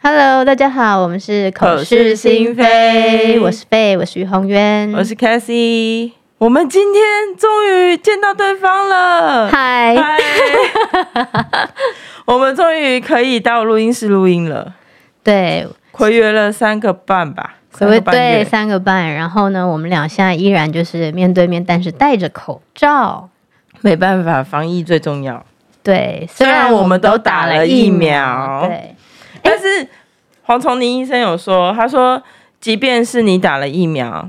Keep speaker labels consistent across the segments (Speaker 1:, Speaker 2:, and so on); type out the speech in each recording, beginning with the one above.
Speaker 1: Hello，大家好，我们是
Speaker 2: 口是心非
Speaker 1: 我是贝，我是于宏渊，
Speaker 2: 我是 Cassie，我们今天终于见到对方了，
Speaker 1: 嗨，
Speaker 2: 嗨， 我们终于可以到录音室录音了，
Speaker 1: 对，
Speaker 2: 回约了三个半吧，
Speaker 1: 回
Speaker 2: 三
Speaker 1: 味
Speaker 2: 个半
Speaker 1: 对
Speaker 2: 月，
Speaker 1: 三个半，然后呢，我们俩现在依然就是面对面，但是戴着口罩。
Speaker 2: 没办法，防疫最重要，
Speaker 1: 对，
Speaker 2: 虽
Speaker 1: 虽
Speaker 2: 然
Speaker 1: 然
Speaker 2: 我们都
Speaker 1: 都
Speaker 2: 打了
Speaker 1: 了
Speaker 2: 疫苗
Speaker 1: 苗，对，
Speaker 2: 但是黄崇宁医生有说，他说即便是你打了疫苗，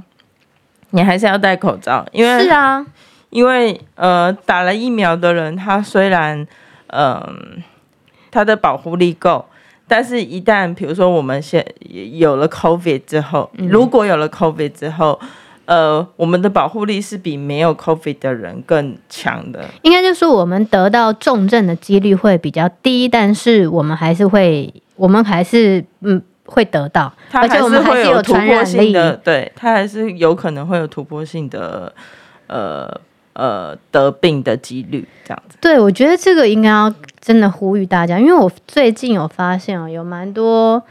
Speaker 2: 你还是要戴口罩，因为
Speaker 1: 是啊，
Speaker 2: 因为呃，打了疫苗的人，他虽然嗯、他的保护力够，但是一旦比如说我们现有了 COVID 之后，
Speaker 1: 嗯
Speaker 2: 如果有了 COVID 之后，呃，我们的保护力是比没有 COVID 的人更强的。
Speaker 1: 应该就是我们得到重症的几率会比较低，但是我们还是会，我们还是嗯会得到，
Speaker 2: 它
Speaker 1: 而且
Speaker 2: 还
Speaker 1: 我们还
Speaker 2: 会
Speaker 1: 是
Speaker 2: 有突
Speaker 1: 传
Speaker 2: 破
Speaker 1: 染
Speaker 2: 性
Speaker 1: 力。
Speaker 2: 的，对，它还是有可能会有突破性的，呃呃，得病的几率这样子。
Speaker 1: 对，我觉得这个应该要真的呼吁大家，因为我最近有发现哦，有蛮多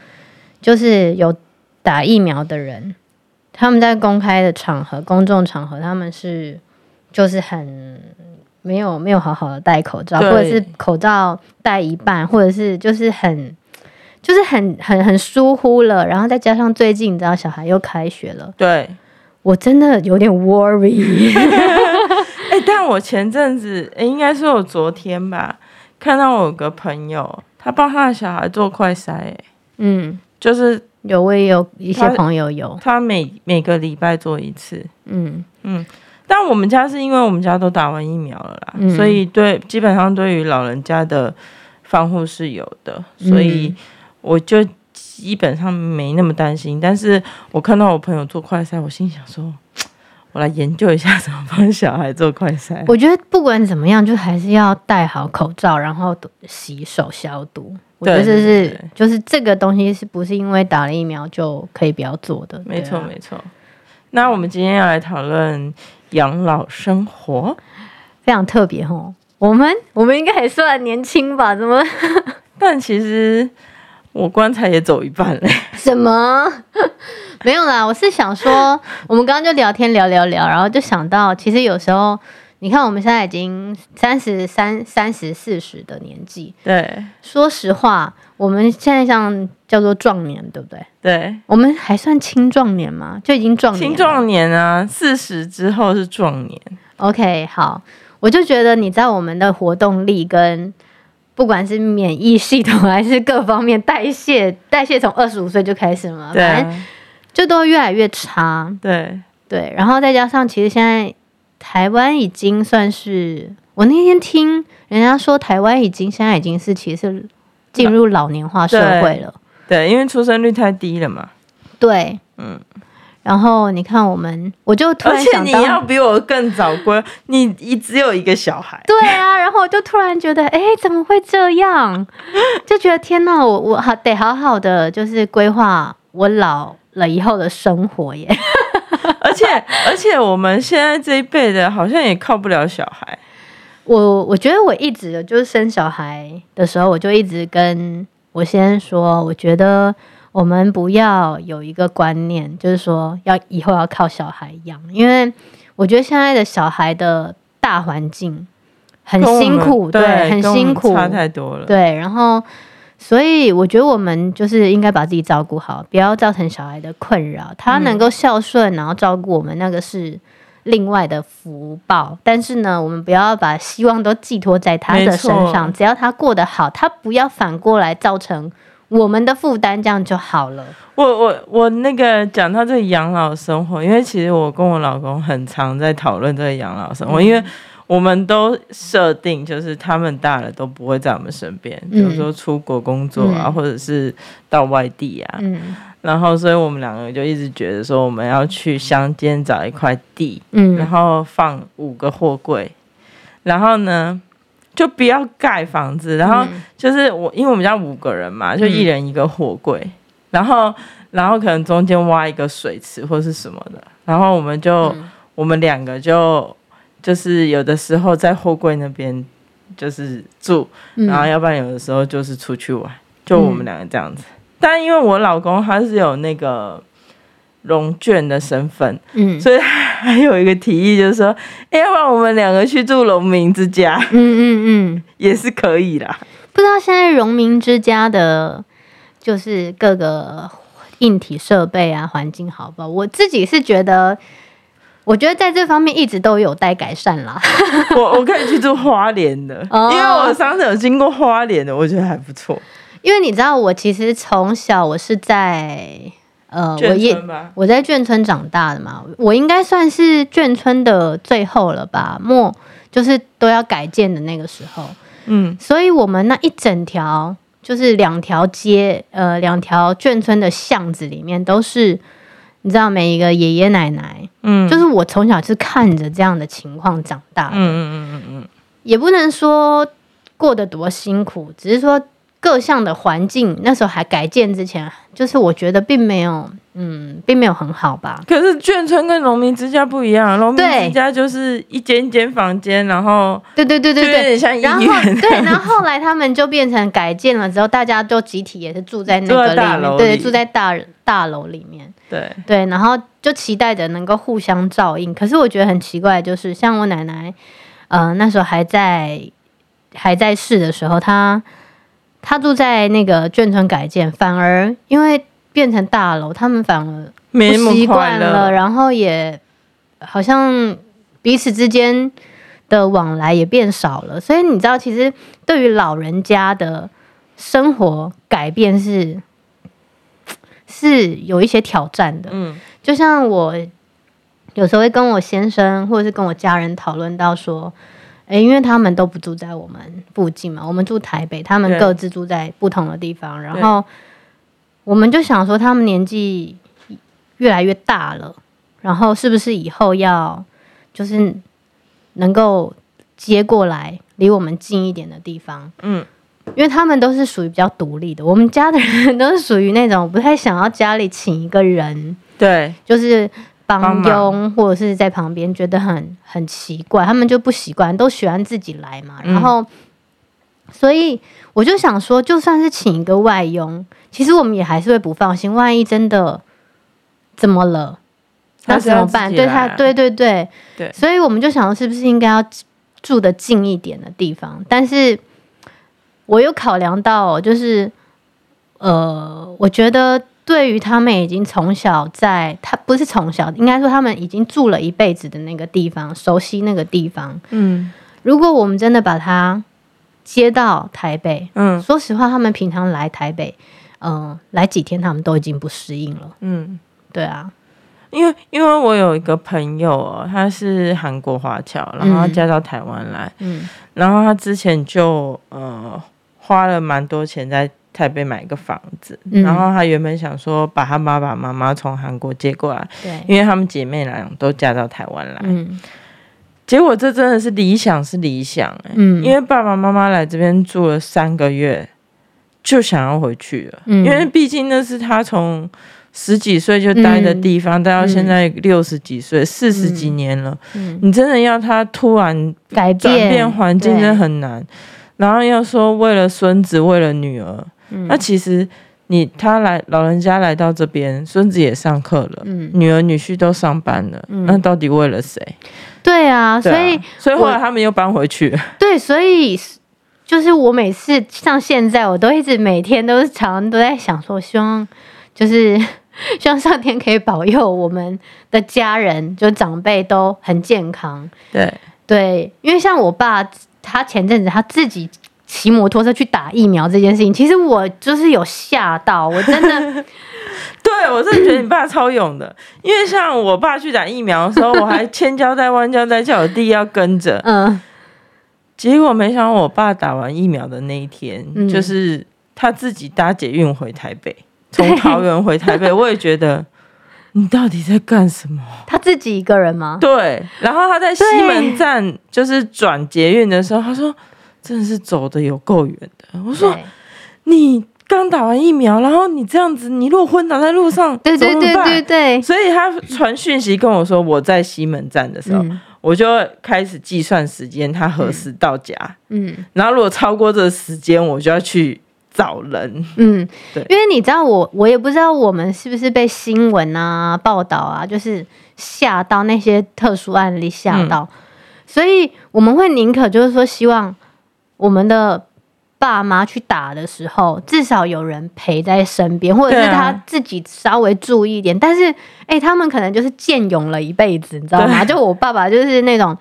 Speaker 1: 就是有打疫苗的人，他们在公开的场合、公众场合，他们是就是很没有没有好好的戴口罩，
Speaker 2: 对
Speaker 1: 或者是口罩戴一半，或者是就是很。就是很很很疏忽了，然后再加上最近你知道小孩又开学了，
Speaker 2: 对，
Speaker 1: 我真的有点 worry。
Speaker 2: 哎、但我前阵子，欸、应该是我昨天吧，看到我有个朋友，他帮他的小孩做快筛、欸，
Speaker 1: 嗯，
Speaker 2: 就是
Speaker 1: 有我也有一些
Speaker 2: 他
Speaker 1: 朋友有，
Speaker 2: 他每每个礼拜做一次。
Speaker 1: 嗯，
Speaker 2: 但我们家是因为我们家都打完疫苗了啦，
Speaker 1: 嗯
Speaker 2: 所以对基本上对于老人家的防护是有的，所以
Speaker 1: 嗯
Speaker 2: 我就基本上没那么担心。但是我看到我朋友做快筛，我心想说，我来研究一下怎么帮小孩做快筛。
Speaker 1: 我觉得不管怎么样，就还是要戴好口罩，然后洗手消毒。我觉得这
Speaker 2: 对对
Speaker 1: 是就是这个东西是不是因为打了疫苗就可以不要做的？
Speaker 2: 没
Speaker 1: 对
Speaker 2: 错，
Speaker 1: 啊
Speaker 2: 没错。那我们今天要来讨论养老生活，
Speaker 1: 非常特别哦。我们我们应该还算年轻吧？怎 么
Speaker 2: 但其实我棺材也走一半 嘞。
Speaker 1: 什么 没有啦？我是想说，我们刚刚就聊天聊聊聊，然后就想到，其实有时候你看，我们现在已经三十三、三十四十的年纪，
Speaker 2: 对
Speaker 1: 说实话，我们现在像叫做壮年，对不对？
Speaker 2: 对，
Speaker 1: 我们还算青壮年吗？就已经壮年了。
Speaker 2: 青壮年啊，四十之后是壮年。
Speaker 1: OK，好，我就觉得你在我们的活动力跟不管是免疫系统还是各方面代谢，代谢从二十五岁就开始嘛，
Speaker 2: 对
Speaker 1: 反正
Speaker 2: 啊
Speaker 1: 就都越来越差。
Speaker 2: 对，
Speaker 1: 对，然后再加上其实现在台湾已经算是，我那天听人家说台湾已经现在已经是其实是进入老年化社会了。
Speaker 2: 对，因为出生率太低了嘛。
Speaker 1: 对，
Speaker 2: 嗯，
Speaker 1: 然后你看我们，我就突
Speaker 2: 而
Speaker 1: 然
Speaker 2: 且
Speaker 1: 想
Speaker 2: 你
Speaker 1: 到，
Speaker 2: 要比我更早归，你一只有一个小孩。
Speaker 1: 对啊，然后我就突然觉得，哎，怎么会这 样？就觉得天呐，我我好得好好的，就是规划我老了以后的生活耶。
Speaker 2: 而且而且我们现在这一辈的，好像也靠不了小孩。
Speaker 1: 我我觉得我一直就是生小孩的时候，我就一直跟我先说，我觉得我们不要有一个观念，就是说要以后要靠小孩养，因为我觉得现在的小孩的大环境很
Speaker 2: 跟我
Speaker 1: 辛
Speaker 2: 们
Speaker 1: 苦，
Speaker 2: 对，
Speaker 1: 很
Speaker 2: 跟我们
Speaker 1: 辛苦，
Speaker 2: 差太多了。
Speaker 1: 对，然后所以我觉得我们就是应该把自己照顾好，不要造成小孩的困扰。他能够孝顺，然后照顾我们，那个是另外的福报。但是呢，我们不要把希望都寄托在他的身
Speaker 2: 没错
Speaker 1: 上，只要他过得好，他不要反过来造成我们的负担，这样就好了。
Speaker 2: 我我我那个讲到这个养老生活，因为其实我跟我老公很常在讨论这个养老生
Speaker 1: 嗯
Speaker 2: 活，因为我们都设定就是他们大了都不会在我们身边，比如
Speaker 1: 嗯
Speaker 2: 说出国工作啊，
Speaker 1: 嗯
Speaker 2: 或者是到外地啊，
Speaker 1: 嗯
Speaker 2: 然后所以我们两个就一直觉得说我们要去乡间找一块地，然
Speaker 1: 嗯，
Speaker 2: 后放五个货柜，然后呢就不要盖房子，然后
Speaker 1: 嗯
Speaker 2: 就是我，因为我们家五个人嘛，就一人一个货柜，然后然后可能中间挖一个水池或是什么的，然后我
Speaker 1: 嗯
Speaker 2: 们就、我们两个就就是有的时候在货柜那边就是住，然后
Speaker 1: 嗯，
Speaker 2: 要不然有的时候就是出去玩，就我们
Speaker 1: 嗯
Speaker 2: 两个这样子。但因为我老公他是有那个融券的身份，
Speaker 1: 嗯
Speaker 2: 所以他还有一个提议，就是说，哎要不然我们两个去住农民之家
Speaker 1: 嗯嗯嗯，
Speaker 2: 也是可以啦。
Speaker 1: 不知道现在荣民之家的，就是各个硬体设备啊，环境好不好？我自己是觉得，我觉得在这方面一直都有待改善啦。
Speaker 2: 我我可以去住花莲的，
Speaker 1: 哦
Speaker 2: 因为我上次有经过花莲的，我觉得还不错。
Speaker 1: 因为你知道，我其实从小我是在呃，我
Speaker 2: 眷
Speaker 1: 也
Speaker 2: 村吧，
Speaker 1: 我在眷村长大的嘛，我应该算是眷村的最后了吧，末就是都要改建的那个时候，
Speaker 2: 嗯，
Speaker 1: 所以我们那一整条就是两条街，呃，两条眷村的巷子里面都是，你知道每一个爷爷奶奶，
Speaker 2: 嗯
Speaker 1: 就是我从小是看着这样的情况长大的，
Speaker 2: 嗯嗯嗯
Speaker 1: 也不能说过得多辛苦，只是说各项的环境那时候还改建之前，就是我觉得并没有，嗯，并没有很好吧。
Speaker 2: 可是眷村跟农民之家不一样，农民
Speaker 1: 对
Speaker 2: 之家就是一间一间房间，然后
Speaker 1: 对对对对
Speaker 2: 就有
Speaker 1: 对。
Speaker 2: 点像医
Speaker 1: 然后
Speaker 2: 院。
Speaker 1: 对，然后后来他们就变成改建了之后，大家都集体也是住在那
Speaker 2: 住
Speaker 1: 个
Speaker 2: 在大
Speaker 1: 里面，
Speaker 2: 楼
Speaker 1: 对，
Speaker 2: 里
Speaker 1: 住在大大楼里面，
Speaker 2: 对，
Speaker 1: 对，然后就期待着能够互相照应。可是我觉得很奇怪，就是像我奶奶，呃，那时候还在还在世的时候，她她住在那个眷村改建，反而因为变成大楼，他们反而
Speaker 2: 没那
Speaker 1: 不习
Speaker 2: 么快
Speaker 1: 惯了，
Speaker 2: 乐。
Speaker 1: 然后也好像彼此之间的往来也变少了，所以你知道，其实对于老人家的生活改变是是有一些挑战的。
Speaker 2: 嗯
Speaker 1: 就像我有时候会跟我先生或者是跟我家人讨论到说，诶，因为他们都不住在我们附近嘛，我们住台北，他们
Speaker 2: 对
Speaker 1: 各自住在不同的地方，然后我们就想说，他们年纪越来越大了，然后是不是以后要就是能够接过来离我们近一点的地方？
Speaker 2: 嗯，
Speaker 1: 因为他们都是属于比较独立的，我们家的人都是属于那种不太想要家里请一个人，
Speaker 2: 对，
Speaker 1: 就是帮
Speaker 2: 帮
Speaker 1: 佣
Speaker 2: 忙
Speaker 1: 或者是在旁边觉得很很奇怪，他们就不习惯，都喜欢自己来嘛。
Speaker 2: 嗯
Speaker 1: 然后，所以我就想说，就算是请一个外佣，其实我们也还是会不放心，万一真的怎么了，那
Speaker 2: 还是
Speaker 1: 怎
Speaker 2: 要
Speaker 1: 么
Speaker 2: 自己
Speaker 1: 办？对他，
Speaker 2: 来啊
Speaker 1: 对对对
Speaker 2: 对
Speaker 1: 所以我们就想，是不是应该要住的近一点的地方？但是我有考量到，哦就是呃，我觉得对于他们已经从小在他不是从小，应该说他们已经住了一辈子的那个地方，熟悉那个地方。
Speaker 2: 嗯
Speaker 1: 如果我们真的把他接到台北，
Speaker 2: 嗯
Speaker 1: 说实话，他们平常来台北，嗯、来几天他们都已经不适应了。
Speaker 2: 嗯，
Speaker 1: 对啊，
Speaker 2: 因为因为我有一个朋友哦，他是韩国华侨，然后
Speaker 1: 嗯
Speaker 2: 嫁到台湾来，
Speaker 1: 嗯
Speaker 2: 然后他之前就呃花了蛮多钱在台北买一个房子，
Speaker 1: 嗯
Speaker 2: 然后他原本想说把他爸爸妈妈从韩国接过来，
Speaker 1: 对，
Speaker 2: 因为他们姐妹俩都嫁到台湾来。
Speaker 1: 嗯
Speaker 2: 结果这真的是理想是理想哎、
Speaker 1: 嗯，
Speaker 2: 因为爸爸妈妈来这边住了三个月，就想要回去了，
Speaker 1: 嗯
Speaker 2: 因为毕竟那是他从十几岁就待的地方，待到现在六十几岁，四十几年了，
Speaker 1: 嗯
Speaker 2: 你真的要他突然
Speaker 1: 改
Speaker 2: 转
Speaker 1: 变
Speaker 2: 变环境真的很难。然后要说为了孙子，为了女儿，
Speaker 1: 嗯
Speaker 2: 那其实你他来老人家来到这边，孙子也上课了，
Speaker 1: 嗯
Speaker 2: 女儿女婿都上班了，
Speaker 1: 嗯
Speaker 2: 那到底为了谁？
Speaker 1: 对啊，所
Speaker 2: 对啊啊
Speaker 1: 以
Speaker 2: 所以后
Speaker 1: 我
Speaker 2: 来他们又搬回去。
Speaker 1: 对，所以就是我每次像现在，我都一直每天都是常常都在想说，希望就是 希望上天可以保佑我们的家人，就长辈都很健康。
Speaker 2: 对，
Speaker 1: 对，因为像我爸，他前阵子他自己骑摩托车去打疫苗这件事情，其实我就是有吓到，我真 的
Speaker 2: 对我真的觉得你爸超勇的，因为像我爸去打疫苗的时候，我还千交代万交代叫我弟要跟着，
Speaker 1: 嗯
Speaker 2: 结果没想到我爸打完疫苗的那一天，
Speaker 1: 嗯
Speaker 2: 就是他自己搭捷运回台北，从桃园回 台北，我也觉得。你到底在干什么？
Speaker 1: 他自己一个人吗？
Speaker 2: 对，然后他在西
Speaker 1: 对
Speaker 2: 门站就是转捷运的时候，他说真的是走的有够远的。我说
Speaker 1: 对
Speaker 2: 你刚打完疫苗，然后你这样子，你如果昏倒在路上，
Speaker 1: 对对
Speaker 2: 怎么
Speaker 1: 对
Speaker 2: 办
Speaker 1: 对对，
Speaker 2: 所以他传讯息跟我说我在西门站的时候，
Speaker 1: 嗯
Speaker 2: 我就开始计算时间，他何时到家。
Speaker 1: 嗯
Speaker 2: 然后如果超过这个时间，我就要去找人。
Speaker 1: 嗯，
Speaker 2: 对
Speaker 1: 因为你知道我，我也不知道我们是不是被新闻啊、报道啊，就是吓到那些特殊案例吓到，
Speaker 2: 嗯
Speaker 1: 所以我们会宁可就是说，希望我们的爸妈去打的时候，至少有人陪在身边，或者
Speaker 2: 对
Speaker 1: 是
Speaker 2: 啊
Speaker 1: 他自己稍微注意一点。但是，哎、他们可能就是健勇了一辈子，你知道吗？
Speaker 2: 对
Speaker 1: 就我爸爸就是那种。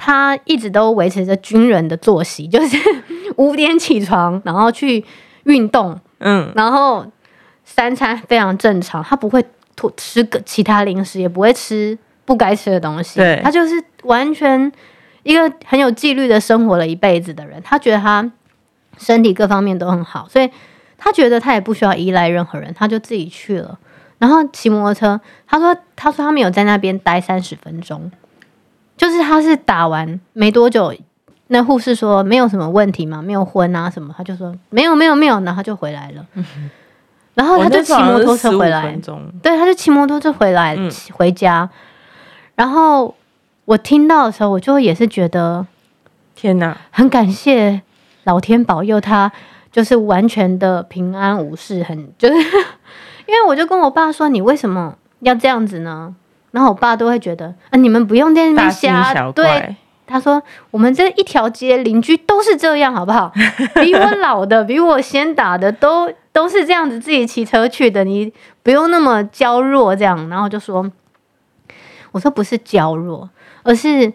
Speaker 1: 他一直都维持着军人的作息，就是 五点起床，然后去运动，
Speaker 2: 嗯，
Speaker 1: 然后三餐非常正常，他不会吐吃个其他零食，也不会吃不该吃的东西
Speaker 2: 对。
Speaker 1: 他就是完全一个很有纪律的生活了一辈子的人。他觉得他身体各方面都很好，所以他觉得他也不需要依赖任何人，他就自己去了。然后骑摩托车，他说他说他没有在那边待三十分钟，就是他是打完没多久。那护士说没有什么问题嘛，没有昏啊什么，他就说没有没有没有，然后他就回来了，
Speaker 2: 嗯
Speaker 1: 然后哦他就骑摩托车回来
Speaker 2: 分，钟。
Speaker 1: 对，他就骑摩托车回来、
Speaker 2: 嗯
Speaker 1: 骑回家。然后我听到的时候，我就也是觉得
Speaker 2: 天哪，
Speaker 1: 很感谢老天保佑他，就是完全的平安无事，很 就是因为我就跟我爸说，你为什么要这样子呢？然后我爸都会觉得啊，你们不用在那
Speaker 2: 大
Speaker 1: 边
Speaker 2: 惊
Speaker 1: 瞎
Speaker 2: 小
Speaker 1: 对，
Speaker 2: 怪。
Speaker 1: 他说：“我们这一条街邻居都是这样，好不 好？比我老的，比我先打的，都都是这样子自己骑车去的，你不用那么娇弱这样。”然后就说：“我说不是娇弱，而是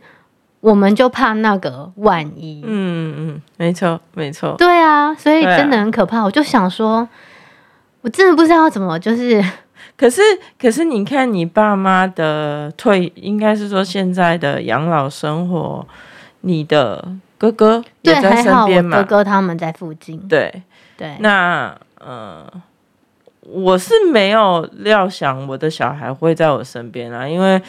Speaker 1: 我们就怕那个万一。
Speaker 2: 嗯嗯，没错没错。
Speaker 1: 对啊，所以
Speaker 2: 对啊
Speaker 1: 真的很可怕。我就想说，我真的不知道怎么，就是
Speaker 2: 可是可是，你看你爸妈的退，应该是说现在的养老生活，你的哥哥
Speaker 1: 对，
Speaker 2: 也在
Speaker 1: 还
Speaker 2: 身
Speaker 1: 好我
Speaker 2: 边嘛？
Speaker 1: 哥哥他们在附近。
Speaker 2: 对，
Speaker 1: 对，
Speaker 2: 那呃，我是没有料想我的小孩会在我身边啊，因为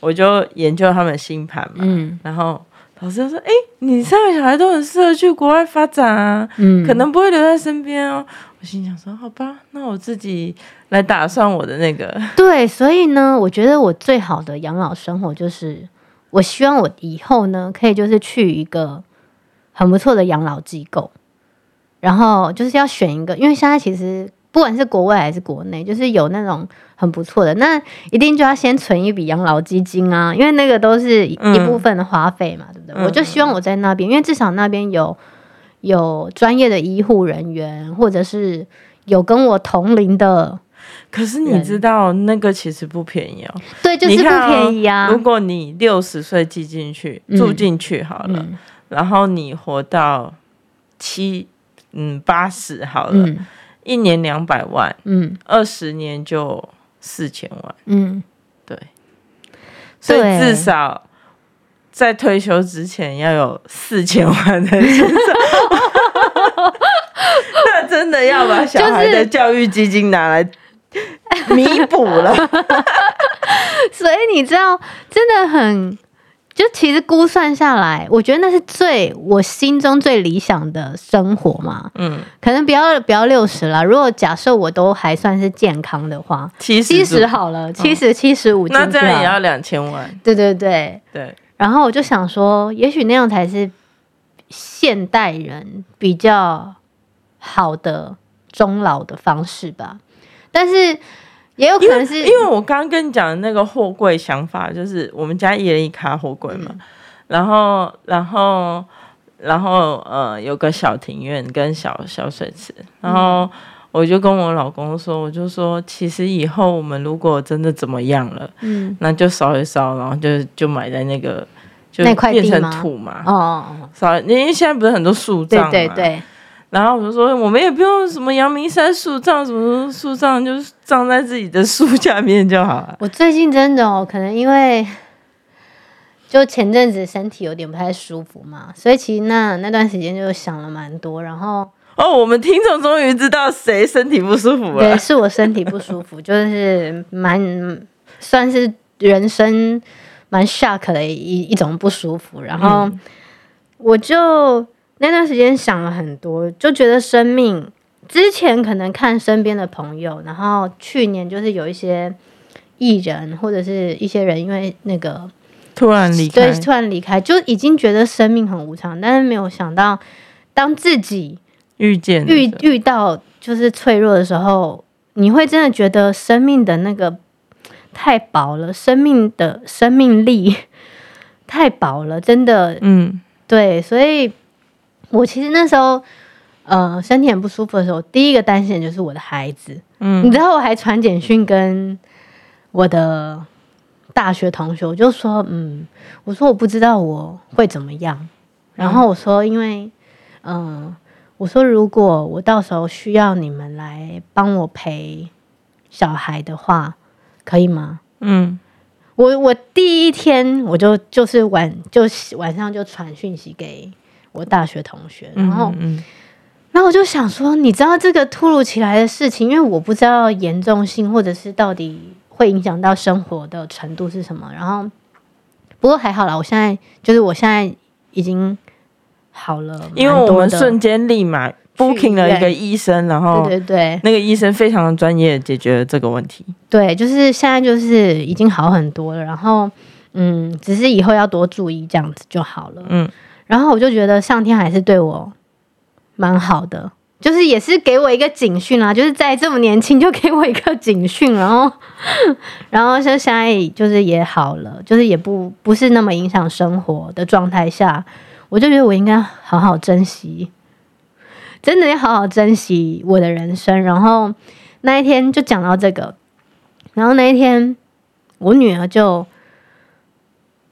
Speaker 2: 我就研究他们星盘嘛，
Speaker 1: 嗯
Speaker 2: 然后老师就说：“哎、你三个小孩都很适合去国外发展啊，
Speaker 1: 嗯，
Speaker 2: 可能不会留在身边哦。”我心想说：“好吧，那我自己来打算我的那个。
Speaker 1: 对，所以呢，我觉得我最好的养老生活就是，我希望我以后呢，可以就是去一个很不错的养老机构，然后就是要选一个，因为现在其实不管是国外还是国内，就是有那种很不错的，那一定就要先存一笔养老基金啊，因为那个都是一一部分的花费嘛，对不对？我就希望我在那边，因为至少那边有有专业的医护人员，或者是有跟我同龄的。”
Speaker 2: 可是你
Speaker 1: 人
Speaker 2: 知道，那个其实不便宜哦。
Speaker 1: 对，就是
Speaker 2: 你
Speaker 1: 不
Speaker 2: 看哦
Speaker 1: 便宜啊。
Speaker 2: 如果你六十岁寄进去，
Speaker 1: 嗯
Speaker 2: 住进去好了，
Speaker 1: 嗯
Speaker 2: 然后你活到七嗯八十好了，
Speaker 1: 嗯
Speaker 2: 一年两百万，
Speaker 1: 嗯
Speaker 2: 二十年就四千万，
Speaker 1: 嗯，
Speaker 2: 对，所以
Speaker 1: 对
Speaker 2: 至少在退休之前要有四千万的至 少。那真的要把小孩
Speaker 1: 就
Speaker 2: 的
Speaker 1: 是
Speaker 2: 教育基金拿来弥补了，
Speaker 1: 所以你知道，真的很，就其实估算下来，我觉得那是最我心中最理想的生活嘛。
Speaker 2: 嗯，
Speaker 1: 可能不要不要六十啦，如果假设我都还算是健康的话，
Speaker 2: 七
Speaker 1: 七
Speaker 2: 十
Speaker 1: 十好了，七十七十五进
Speaker 2: 那这
Speaker 1: 去
Speaker 2: 样也
Speaker 1: 啊。
Speaker 2: 要两千万，
Speaker 1: 对对对，
Speaker 2: 对，
Speaker 1: 然后我就想说，也许那样才是现代人比较好的终老的方式吧。但是也有可能是
Speaker 2: 因为我刚刚跟你讲的那个货柜想法，就是我们家一人一卡货柜
Speaker 1: 嗯
Speaker 2: 嘛，然后然后然后呃有个小庭院跟小小水池，然
Speaker 1: 嗯
Speaker 2: 后我就跟我老公说，我就说其实以后我们如果真的怎么样了，
Speaker 1: 嗯
Speaker 2: 那就烧一烧，然后就就埋在那个就
Speaker 1: 那块地
Speaker 2: 变成
Speaker 1: 吗
Speaker 2: 土嘛
Speaker 1: 哦，哦，哦
Speaker 2: 烧，因为现在不是很多树
Speaker 1: 对
Speaker 2: 葬嘛，
Speaker 1: 对对，
Speaker 2: 然后我就说，我们也不用什么阳明山树葬，什么树葬，就是葬在自己的树下面就好了。
Speaker 1: 我最近真的哦，可能因为就前阵子身体有点不太舒服嘛，所以其实那那段时间就想了蛮多，然后
Speaker 2: 哦，我们听众终于知道谁身体不舒服
Speaker 1: 对，
Speaker 2: 了。
Speaker 1: 是我身体不舒服， 就是蛮算是人生蛮 shock 的一一种不舒服。然后
Speaker 2: 嗯
Speaker 1: 我就那段时间想了很多，就觉得生命之前可能看身边的朋友，然后去年就是有一些艺人或者是一些人因为那个
Speaker 2: 突然离开
Speaker 1: 对，，突然离开，就已经觉得生命很无常，但是没有想到，当自己
Speaker 2: 遇见
Speaker 1: 遇遇到就是脆弱的时候，你会真的觉得生命的那个太薄了，生命的生命力太薄了，真的
Speaker 2: 嗯
Speaker 1: 对，所以我其实那时候。呃，身体很不舒服的时候，第一个担心的就是我的孩子。
Speaker 2: 嗯
Speaker 1: 你知道，我还传简讯跟我的大学同学，我就说，嗯，我说我不知道我会怎么样。然后我说，因为，嗯、我说如果我到时候需要你们来帮我陪小孩的话，可以吗？
Speaker 2: 嗯
Speaker 1: 我我第一天我就就是晚就晚上就传讯息给我大学同学，然后
Speaker 2: 嗯
Speaker 1: 然后我就想说，你知道这个突如其来的事情，因为我不知道严重性或者是到底会影响到生活的程度是什么。然后，不过还好啦，我现在就是我现在已经好了，
Speaker 2: 因为
Speaker 1: 蛮
Speaker 2: 我
Speaker 1: 多
Speaker 2: 们哦
Speaker 1: 的
Speaker 2: 瞬间立马
Speaker 1: 医
Speaker 2: booking 了
Speaker 1: 院
Speaker 2: 一个医生，然后
Speaker 1: 对对对
Speaker 2: 那个医生非常专业，解决了这个问题。
Speaker 1: 对，就是现在就是已经好很多了。然后，嗯，只是以后要多注意这样子就好了。
Speaker 2: 嗯，
Speaker 1: 然后我就觉得上天还是对我蛮好的，就是也是给我一个警讯啦，就是在这么年轻就给我一个警讯，然后 然后像现在就是也好了，就是也不不是那么影响生活的状态下，我就觉得我应该好好珍惜，真的要好好珍惜我的人生。然后那一天就讲到这个，然后那一天我女儿就。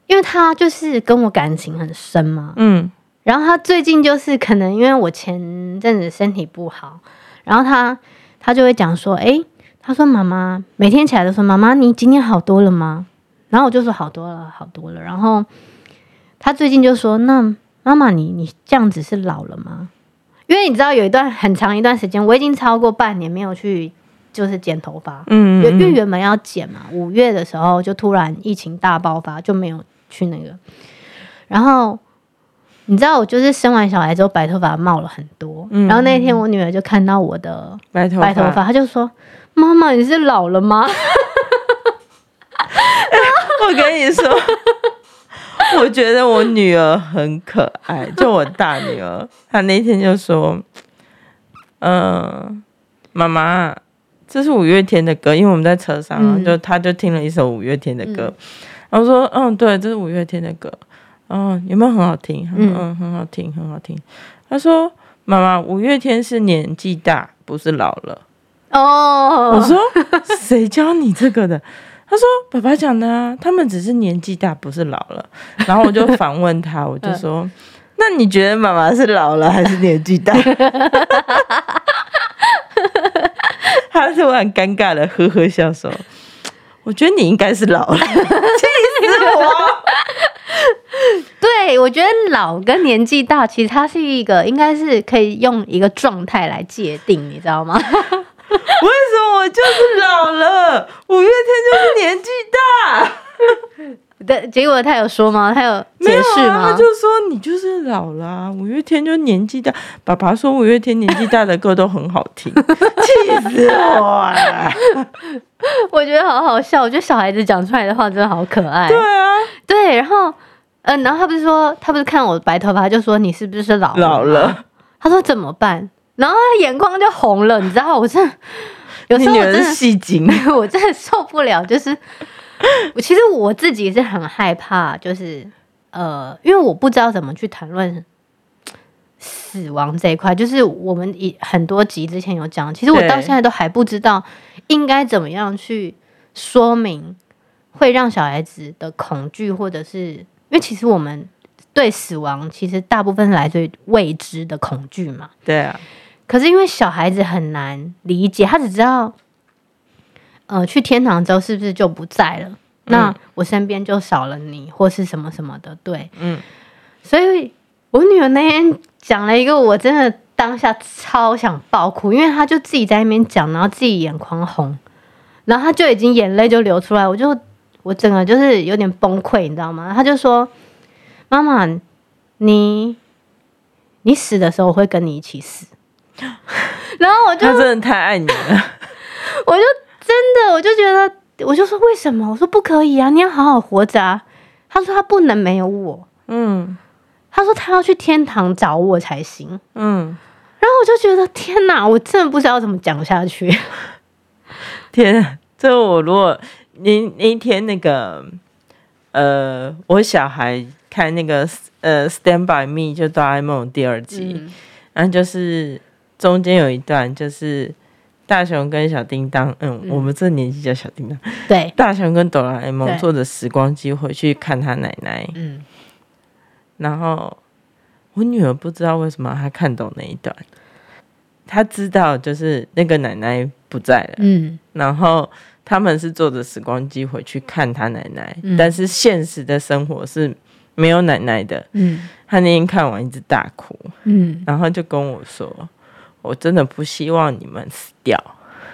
Speaker 1: 因为她就是跟我感情很深嘛，
Speaker 2: 嗯
Speaker 1: 然后他最近就是可能因为我前阵子身体不好，然后他他就会讲说，诶，他说妈妈每天起来都说妈妈你今天好多了吗？然后我就说好多了，好多了。然后他最近就说，那妈妈你你这样子是老了吗？因为你知道有一段很长一段时间，我已经超过半年没有去就是剪头发，
Speaker 2: 嗯
Speaker 1: 因为
Speaker 2: 嗯
Speaker 1: 原本要剪嘛，五月的时候就突然疫情大爆发，就没有去那个。然后你知道，我就是生完小孩之后白头发冒了很多，
Speaker 2: 嗯
Speaker 1: 然后那天我女儿就看到我的
Speaker 2: 白头
Speaker 1: 白头发，她就说：“妈妈，你是老了吗
Speaker 2: 我跟你说，我觉得我女儿很可爱，就我大女儿，她那天就说：“嗯、妈妈，这是五月天的歌，因为我们在车上，然后就她就听了一首五月天的歌，然后说：‘嗯，对，这是五月天的歌。’嗯，有没有很好听？嗯嗯，很好听，很好听。”她说：“妈妈，五月天是年纪大，不是老了。”？”我
Speaker 1: 哦，
Speaker 2: 说谁教你这个的？他说爸爸讲的啊，他们只是年纪大，不是老了。然后我就反问他，我就说，那你觉得妈妈是老了还是年纪大？ 他突然尴尬的呵呵笑说，我觉得你应该是老了，气死我！
Speaker 1: 对，我觉得老跟年纪大，其实它是一个应该是可以用一个状态来界定，你知道吗？
Speaker 2: 为什么我就是老了？五月天就是年纪大。
Speaker 1: 但结果他有说吗？他有
Speaker 2: 没
Speaker 1: 解
Speaker 2: 有
Speaker 1: 释
Speaker 2: 啊，
Speaker 1: 吗？
Speaker 2: 他就说你就是老啦、五月天就年纪大。爸爸说五月天年纪大的歌都很好 听，气死我啊！
Speaker 1: 我觉得好好笑，我觉得小孩子讲出来的话真的好可爱。
Speaker 2: 对啊，
Speaker 1: 对，然后，呃，然后他不是说，他不是看我白头发，就说你是不是老了？
Speaker 2: 老了，
Speaker 1: 他说怎么办？然后他眼眶就红了，你知道，我真的有
Speaker 2: 你
Speaker 1: 时候
Speaker 2: 女
Speaker 1: 我
Speaker 2: 儿
Speaker 1: 真
Speaker 2: 是
Speaker 1: 的，
Speaker 2: 戏精。
Speaker 1: 我真的受不了，就是，我其实我自己是很害怕，就是，呃，因为我不知道怎么去谈论。死亡这一块，就是我们以很多集之前有讲，其实我
Speaker 2: 对
Speaker 1: 到现在都还不知道应该怎么样去说明会让小孩子的恐惧，或者是因为其实我们对死亡其实大部分是来自于未知的恐惧嘛。
Speaker 2: 对啊，
Speaker 1: 可是因为小孩子很难理解，他只知道，呃，去天堂之后是不是就不在了？
Speaker 2: 嗯
Speaker 1: 那我身边就少了你，或是什么什么的，对，
Speaker 2: 嗯，
Speaker 1: 所以我女儿那天讲了一个，我真的当下超想爆哭，因为她就自己在那边讲，然后自己眼眶红，然后她就已经眼泪就流出来，我就我整个就是有点崩溃，你知道吗？她就说：“妈妈，你你死的时候我会跟你一起死。” 然后我就
Speaker 2: 她真的太爱你了。
Speaker 1: 我就真的我就觉得，我就说为什么？我说不可以啊，你要好好活着啊。他说他不能没有我，
Speaker 2: 嗯
Speaker 1: 他说他要去天堂找我才行。
Speaker 2: 嗯，
Speaker 1: 然后我就觉得天哪，我真的不知道怎么讲下去。
Speaker 2: 天啊，这我如果那那一天那个呃，我小孩看那个呃《Stand by Me》就《哆啦 A 梦》第二集，然后就是中间有一段就是大雄跟小叮当，嗯，我们这年纪叫小叮当，
Speaker 1: 嗯对，
Speaker 2: 大雄跟哆啦 A
Speaker 1: 对
Speaker 2: 梦坐着时光机回去看他奶奶，
Speaker 1: 嗯，
Speaker 2: 然后我女儿不知道为什么她看懂那一段，她知道就是那个奶奶不在了，
Speaker 1: 嗯，
Speaker 2: 然后他们是坐着时光机回去看她奶奶，
Speaker 1: 嗯
Speaker 2: 但是现实的生活是没有奶奶的。
Speaker 1: 嗯，
Speaker 2: 她那天看完一直大哭，
Speaker 1: 嗯，
Speaker 2: 然后就跟我说：“我真的不希望你们死掉。”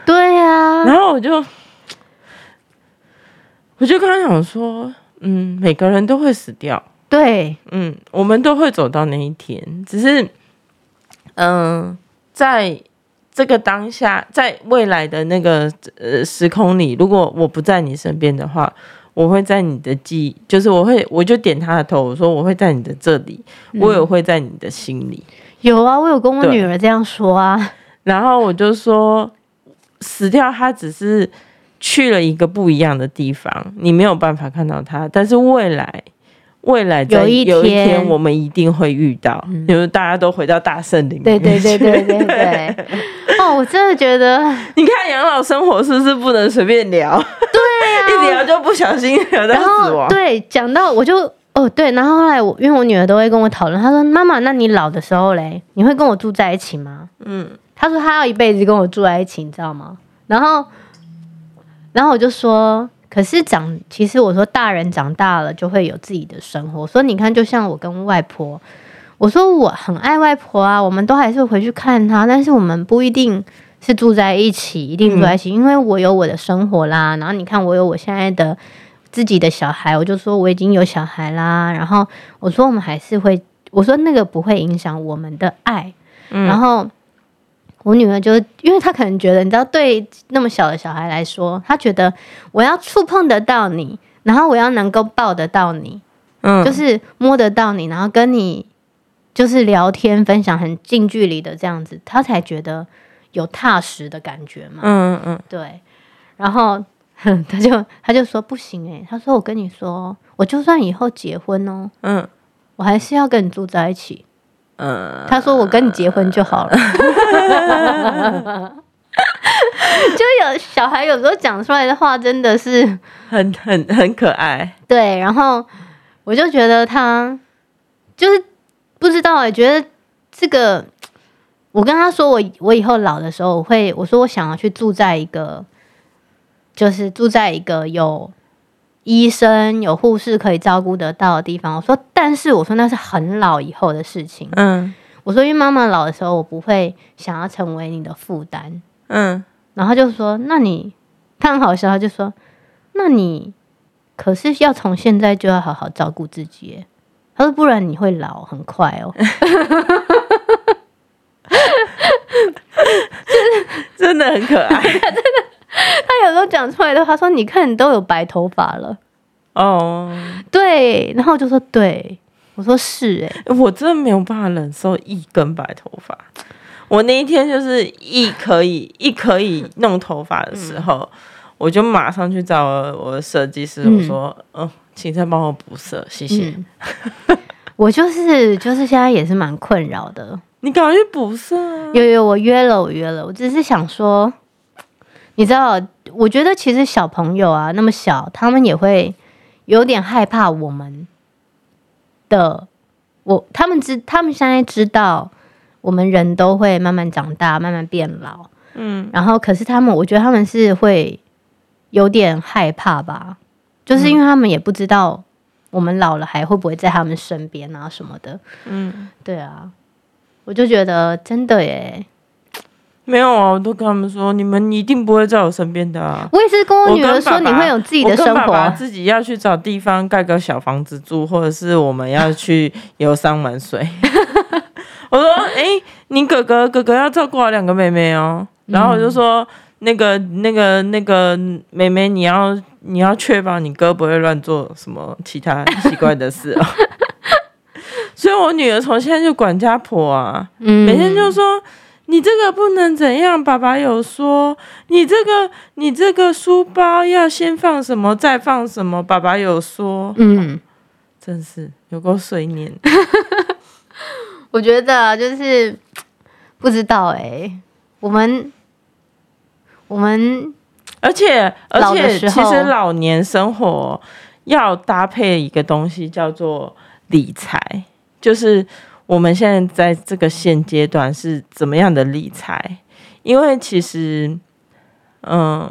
Speaker 1: 对啊呀、
Speaker 2: 然后我就，我就跟他讲说，嗯，每个人都会死掉，
Speaker 1: 对，
Speaker 2: 嗯，我们都会走到那一天，只是，嗯、在这个当下，在未来的那个呃时空里，如果我不在你身边的话。我会在你的记忆，就是我会，我就点他的头，我说我会在你的这里，我也会在你的心里。
Speaker 1: 有啊，我有跟我
Speaker 2: 对
Speaker 1: 女儿这样说啊，
Speaker 2: 然后我就说，死掉他只是去了一个不一样的地方，你没有办法看到他，但是未来。未来在
Speaker 1: 有一天嗯
Speaker 2: 有一天，我们一定会遇到，就是大家都回到大圣灵里
Speaker 1: 对
Speaker 2: 面
Speaker 1: 对对
Speaker 2: 去
Speaker 1: 对对对。哦，我真的觉得，
Speaker 2: 你看养老生活是不是不能随便聊？对一聊就不小心聊到
Speaker 1: 然
Speaker 2: 死
Speaker 1: 后
Speaker 2: 亡。
Speaker 1: 啊对讲到我就哦对，然后后来我因为我女儿都会跟我讨论，她说妈妈，那你老的时候嘞，你会跟我住在一起吗？
Speaker 2: 嗯，
Speaker 1: 她说她要一辈子跟我住在一起，你知道吗？然后，然后我就说，可是长，其实我说大人长大了就会有自己的生活。我说你看，就像我跟外婆，我说我很爱外婆啊，我们都还是回去看她，但是我们不一定是住在一起，一定住在
Speaker 2: 嗯
Speaker 1: 一起，因为我有我的生活啦。然后你看，我有我现在的。自己的小孩，我就说我已经有小孩啦，然后我说我们还是会，我说那个不会影响我们的爱，然后我女儿就，因为她可能觉得，你知道，对那么小的小孩来说，她觉得我要触碰得到你，然后我要能够抱得到你，
Speaker 2: 嗯
Speaker 1: 就是摸得到你，然后跟你就是聊天、分享很近距离的这样子，她才觉得有踏实的感觉嘛。
Speaker 2: 嗯嗯
Speaker 1: 对，然后她就她就说不行诶、她说我跟你说，我就算以后结婚哦，
Speaker 2: 嗯
Speaker 1: 我还是要跟你住在一起。
Speaker 2: 嗯
Speaker 1: 他说我跟你结婚就好了。 就有小孩有时候讲出来的话真的是
Speaker 2: 很很很可爱。
Speaker 1: 对，然后我就觉得他就是不知道欸，觉得这个我跟他说我我以后老的时候我会我说我想要去住在一个就是住在一个有医生有护士可以照顾得到的地方。我说但是我说那是很老以后的事情。
Speaker 2: 嗯
Speaker 1: 我说因为妈妈老的时候，我不会想要成为你的负担。
Speaker 2: 嗯
Speaker 1: 然后他就说，那你，他很好笑，他就说，那你可是要从现在就要好好照顾自己耶。他说，不然你会老很快哦。
Speaker 2: 真的很可爱
Speaker 1: 他有时候讲出来的话，他说你看你都有白头发了，
Speaker 2: 哦。
Speaker 1: 对。然后我就说对，我说是哎，
Speaker 2: 我真的没有办法忍受一根白头发。我那一天就是一可以一可以弄头发的
Speaker 1: 嗯
Speaker 2: 时候，我就马上去找我的设计师，
Speaker 1: 嗯
Speaker 2: 我说：“嗯，请再帮我补色，谢谢。
Speaker 1: 嗯， 我就是就是现在也是蛮困扰的，
Speaker 2: 你赶快去补色啊！
Speaker 1: 有有，我约了，我约了，我只是想说，你知道，我觉得其实小朋友啊，那么小，他们也会有点害怕我们的，我他们知，他们现在知道，我们人都会慢慢长大，慢慢变老，
Speaker 2: 嗯
Speaker 1: 然后可是他们，我觉得他们是会有点害怕吧，
Speaker 2: 嗯
Speaker 1: 就是因为他们也不知道我们老了还会不会在他们身边啊什么的，
Speaker 2: 嗯，
Speaker 1: 对啊，我就觉得真的耶。
Speaker 2: 没有啊，我都跟他们说，你们一定不会在我身边的啊。
Speaker 1: 我也是跟我女
Speaker 2: 跟
Speaker 1: 儿说，
Speaker 2: 爸
Speaker 1: 你
Speaker 2: 爸
Speaker 1: 会有自己
Speaker 2: 我
Speaker 1: 的
Speaker 2: 跟
Speaker 1: 生
Speaker 2: 爸
Speaker 1: 活
Speaker 2: 爸
Speaker 1: 啊。
Speaker 2: 自己要去找地方盖个小房子住，或者是我们要去游山玩水。 我说：“哎、你哥哥哥哥要照顾好两个妹妹哦。”然后我就说：“那个、那个、那个妹妹，你要你要确保你哥不会乱做什么其他奇怪的事哦。 所以我女儿从现在就管家婆啊，
Speaker 1: 嗯，
Speaker 2: 每天就说你这个不能怎样，爸爸有说你这个你这个书包要先放什么，再放什么，爸爸有说，
Speaker 1: 嗯，
Speaker 2: 真是有够碎念。
Speaker 1: 我觉得就是不知道哎、我们我们
Speaker 2: 而且而
Speaker 1: 老的
Speaker 2: 且，
Speaker 1: 时
Speaker 2: 其
Speaker 1: 候
Speaker 2: 实老年生活要搭配一个东西叫做理财，就是我们现在在这个现阶段是怎么样的理财？因为其实，嗯，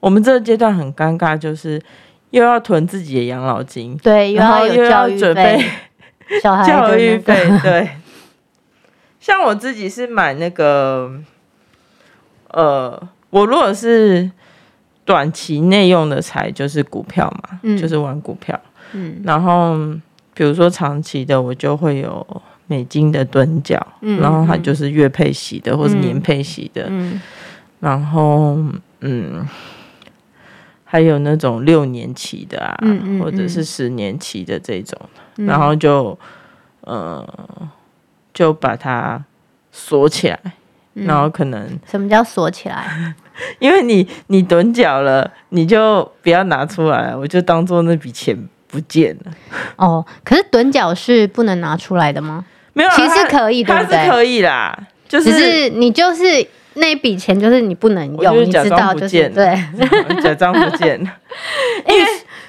Speaker 2: 我们这个阶段很尴尬，就是又要囤自己的养老金，
Speaker 1: 对又
Speaker 2: 然
Speaker 1: 要
Speaker 2: 后又
Speaker 1: 有
Speaker 2: 要
Speaker 1: 教育
Speaker 2: 准
Speaker 1: 费
Speaker 2: 备，
Speaker 1: 小孩的
Speaker 2: 教育
Speaker 1: 那啊个
Speaker 2: 费，对。像我自己是买那个，呃，我如果是短期内用的财，就是股票嘛，
Speaker 1: 嗯
Speaker 2: 就是玩股票。
Speaker 1: 嗯
Speaker 2: 然后比如说长期的，我就会有美金的趸缴，
Speaker 1: 嗯
Speaker 2: 然后它就是月配息的或是年配息的，
Speaker 1: 嗯
Speaker 2: 然后嗯，还有那种六年期的啊，
Speaker 1: 嗯嗯
Speaker 2: 或者
Speaker 1: 嗯
Speaker 2: 是十年期的这种。
Speaker 1: 嗯
Speaker 2: 然后就呃就把它锁起来，
Speaker 1: 嗯
Speaker 2: 然后可能
Speaker 1: 什么叫锁起来？
Speaker 2: 因为你你趸缴了，你就不要拿出来，我就当做那笔钱不见了。
Speaker 1: 哦，可是趸缴是不能拿出来的吗？
Speaker 2: 没有啊，
Speaker 1: 其实
Speaker 2: 它
Speaker 1: 可以
Speaker 2: 它
Speaker 1: 对不对
Speaker 2: 是可以啦，就
Speaker 1: 只
Speaker 2: 是
Speaker 1: 是你就是那笔钱，就是你不能
Speaker 2: 我就
Speaker 1: 用，
Speaker 2: 是
Speaker 1: 你
Speaker 2: 假
Speaker 1: 知
Speaker 2: 装
Speaker 1: 道
Speaker 2: 不
Speaker 1: 就是
Speaker 2: 见
Speaker 1: 对。
Speaker 2: 嗯假装 不见了。
Speaker 1: 哎、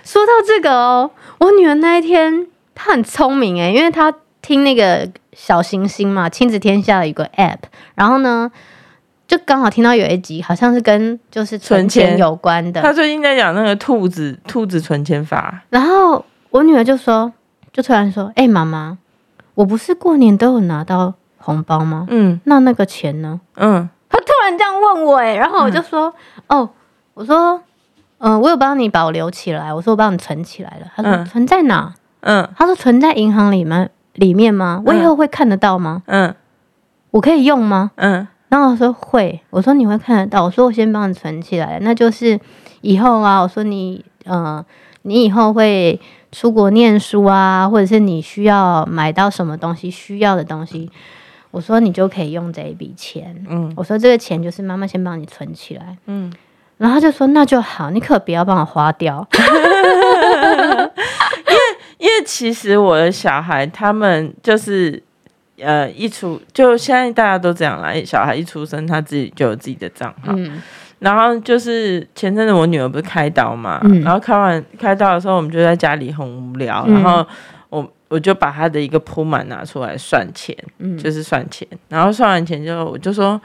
Speaker 1: 说到这个哦，我女儿那一天她很聪明哎，因为她听那个小行星嘛，亲子天下有个 app，然后呢，就刚好听到有一集好像是跟就是存
Speaker 2: 存钱
Speaker 1: 钱有关的，
Speaker 2: 他最近在讲那个兔子兔子存钱法，
Speaker 1: 然后我女儿就说，就突然说，哎、妈妈，我不是过年都有拿到红包吗？
Speaker 2: 嗯
Speaker 1: 那那个钱呢？
Speaker 2: 嗯
Speaker 1: 他突然这样问我、欸，哎，然后我就说，哦，我说，嗯、我有帮你保留起来，我说我帮你存起来了。他说、
Speaker 2: 嗯
Speaker 1: 存在哪？
Speaker 2: 嗯
Speaker 1: 他说存在银行里面里面吗？我以后会看得到吗？
Speaker 2: 嗯
Speaker 1: 我可以用吗？
Speaker 2: 嗯
Speaker 1: 然后我说会，我说你会看得到，我说我先帮你存起来，那就是以后啊，我说你呃，你以后会出国念书啊，或者是你需要买到什么东西需要的东西，我说你就可以用这一笔钱。
Speaker 2: 嗯
Speaker 1: 我说这个钱就是妈妈先帮你存起来，
Speaker 2: 嗯，
Speaker 1: 然后他就说那就好，你可不要帮我花掉。
Speaker 2: 因为其实我的小孩他们就是，呃，一出就现在大家都这样啦，小孩一出生他自己就有自己的账号，
Speaker 1: 嗯
Speaker 2: 然后就是前阵子我女儿不是开刀嘛，
Speaker 1: 嗯
Speaker 2: 然后开完开刀的时候我们就在家里很无聊，
Speaker 1: 嗯
Speaker 2: 然后我我就把她的一个铺满拿出来算钱，
Speaker 1: 嗯
Speaker 2: 就是算钱，然后算完钱之后我就说，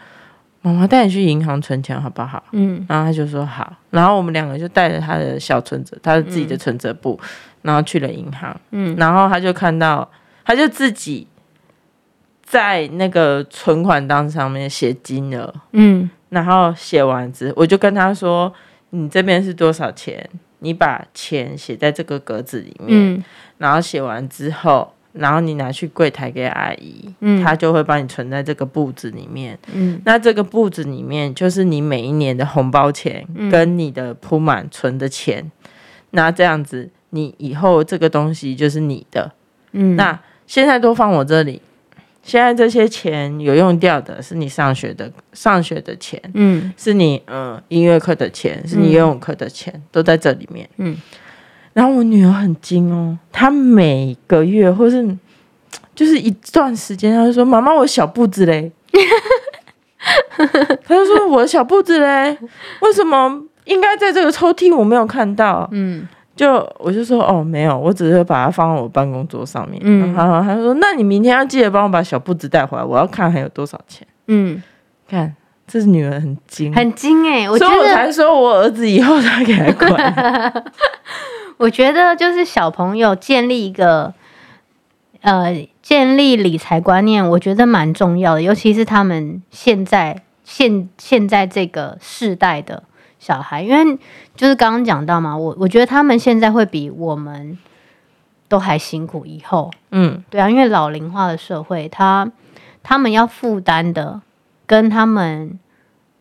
Speaker 2: 妈妈带你去银行存钱好不好？
Speaker 1: 嗯
Speaker 2: 然后他就说好，然后我们两个就带着他的小存折，他的自己的存折簿，然后去了银行，
Speaker 1: 嗯
Speaker 2: 然后他就看到，他就自己在那个存款单上面写金额，
Speaker 1: 嗯
Speaker 2: 然后写完之，我就跟他说，你这边是多少钱？你把钱写在这个格子里面，
Speaker 1: 嗯
Speaker 2: 然后写完之后，然后你拿去柜台给阿姨，
Speaker 1: 嗯
Speaker 2: 她就会帮你存在这个簿子里面。
Speaker 1: 嗯
Speaker 2: 那这个簿子里面就是你每一年的红包钱
Speaker 1: 嗯
Speaker 2: 跟你的铺满存的钱，那这样子你以后这个东西就是你的。
Speaker 1: 嗯，
Speaker 2: 那现在都放我这里，现在这些钱有用掉的是你上学的上学的钱，
Speaker 1: 嗯
Speaker 2: 是你呃音乐课的钱，是你游泳课的钱，都在这里面。
Speaker 1: 嗯，
Speaker 2: 然后我女儿很精哦，她每个月或是就是一段时间，她就说：“妈妈，我小步子嘞。” 她就说：“我的小步子嘞，为什么应该在这个抽屉我没有看到？”
Speaker 1: 嗯
Speaker 2: 就我就说：“哦，没有，我只是把它放到我办公桌上面。”
Speaker 1: 嗯
Speaker 2: 然后她说：“那你明天要记得帮我把小步子带回来，我要看还有多少钱。
Speaker 1: 嗯，”
Speaker 2: 看，这是女儿很哦精，
Speaker 1: 很精哎、我觉
Speaker 2: 所以我
Speaker 1: 得
Speaker 2: 才说我儿子以后他给他 管。
Speaker 1: 我觉得就是小朋友建立一个呃建立理财观念，我觉得蛮重要的，尤其是他们现在现现在这个世代的小孩，因为就是刚刚讲到嘛，我我觉得他们现在会比我们都还辛苦，以后
Speaker 2: 嗯
Speaker 1: 对啊，因为老龄化的社会，他他们要负担的跟他们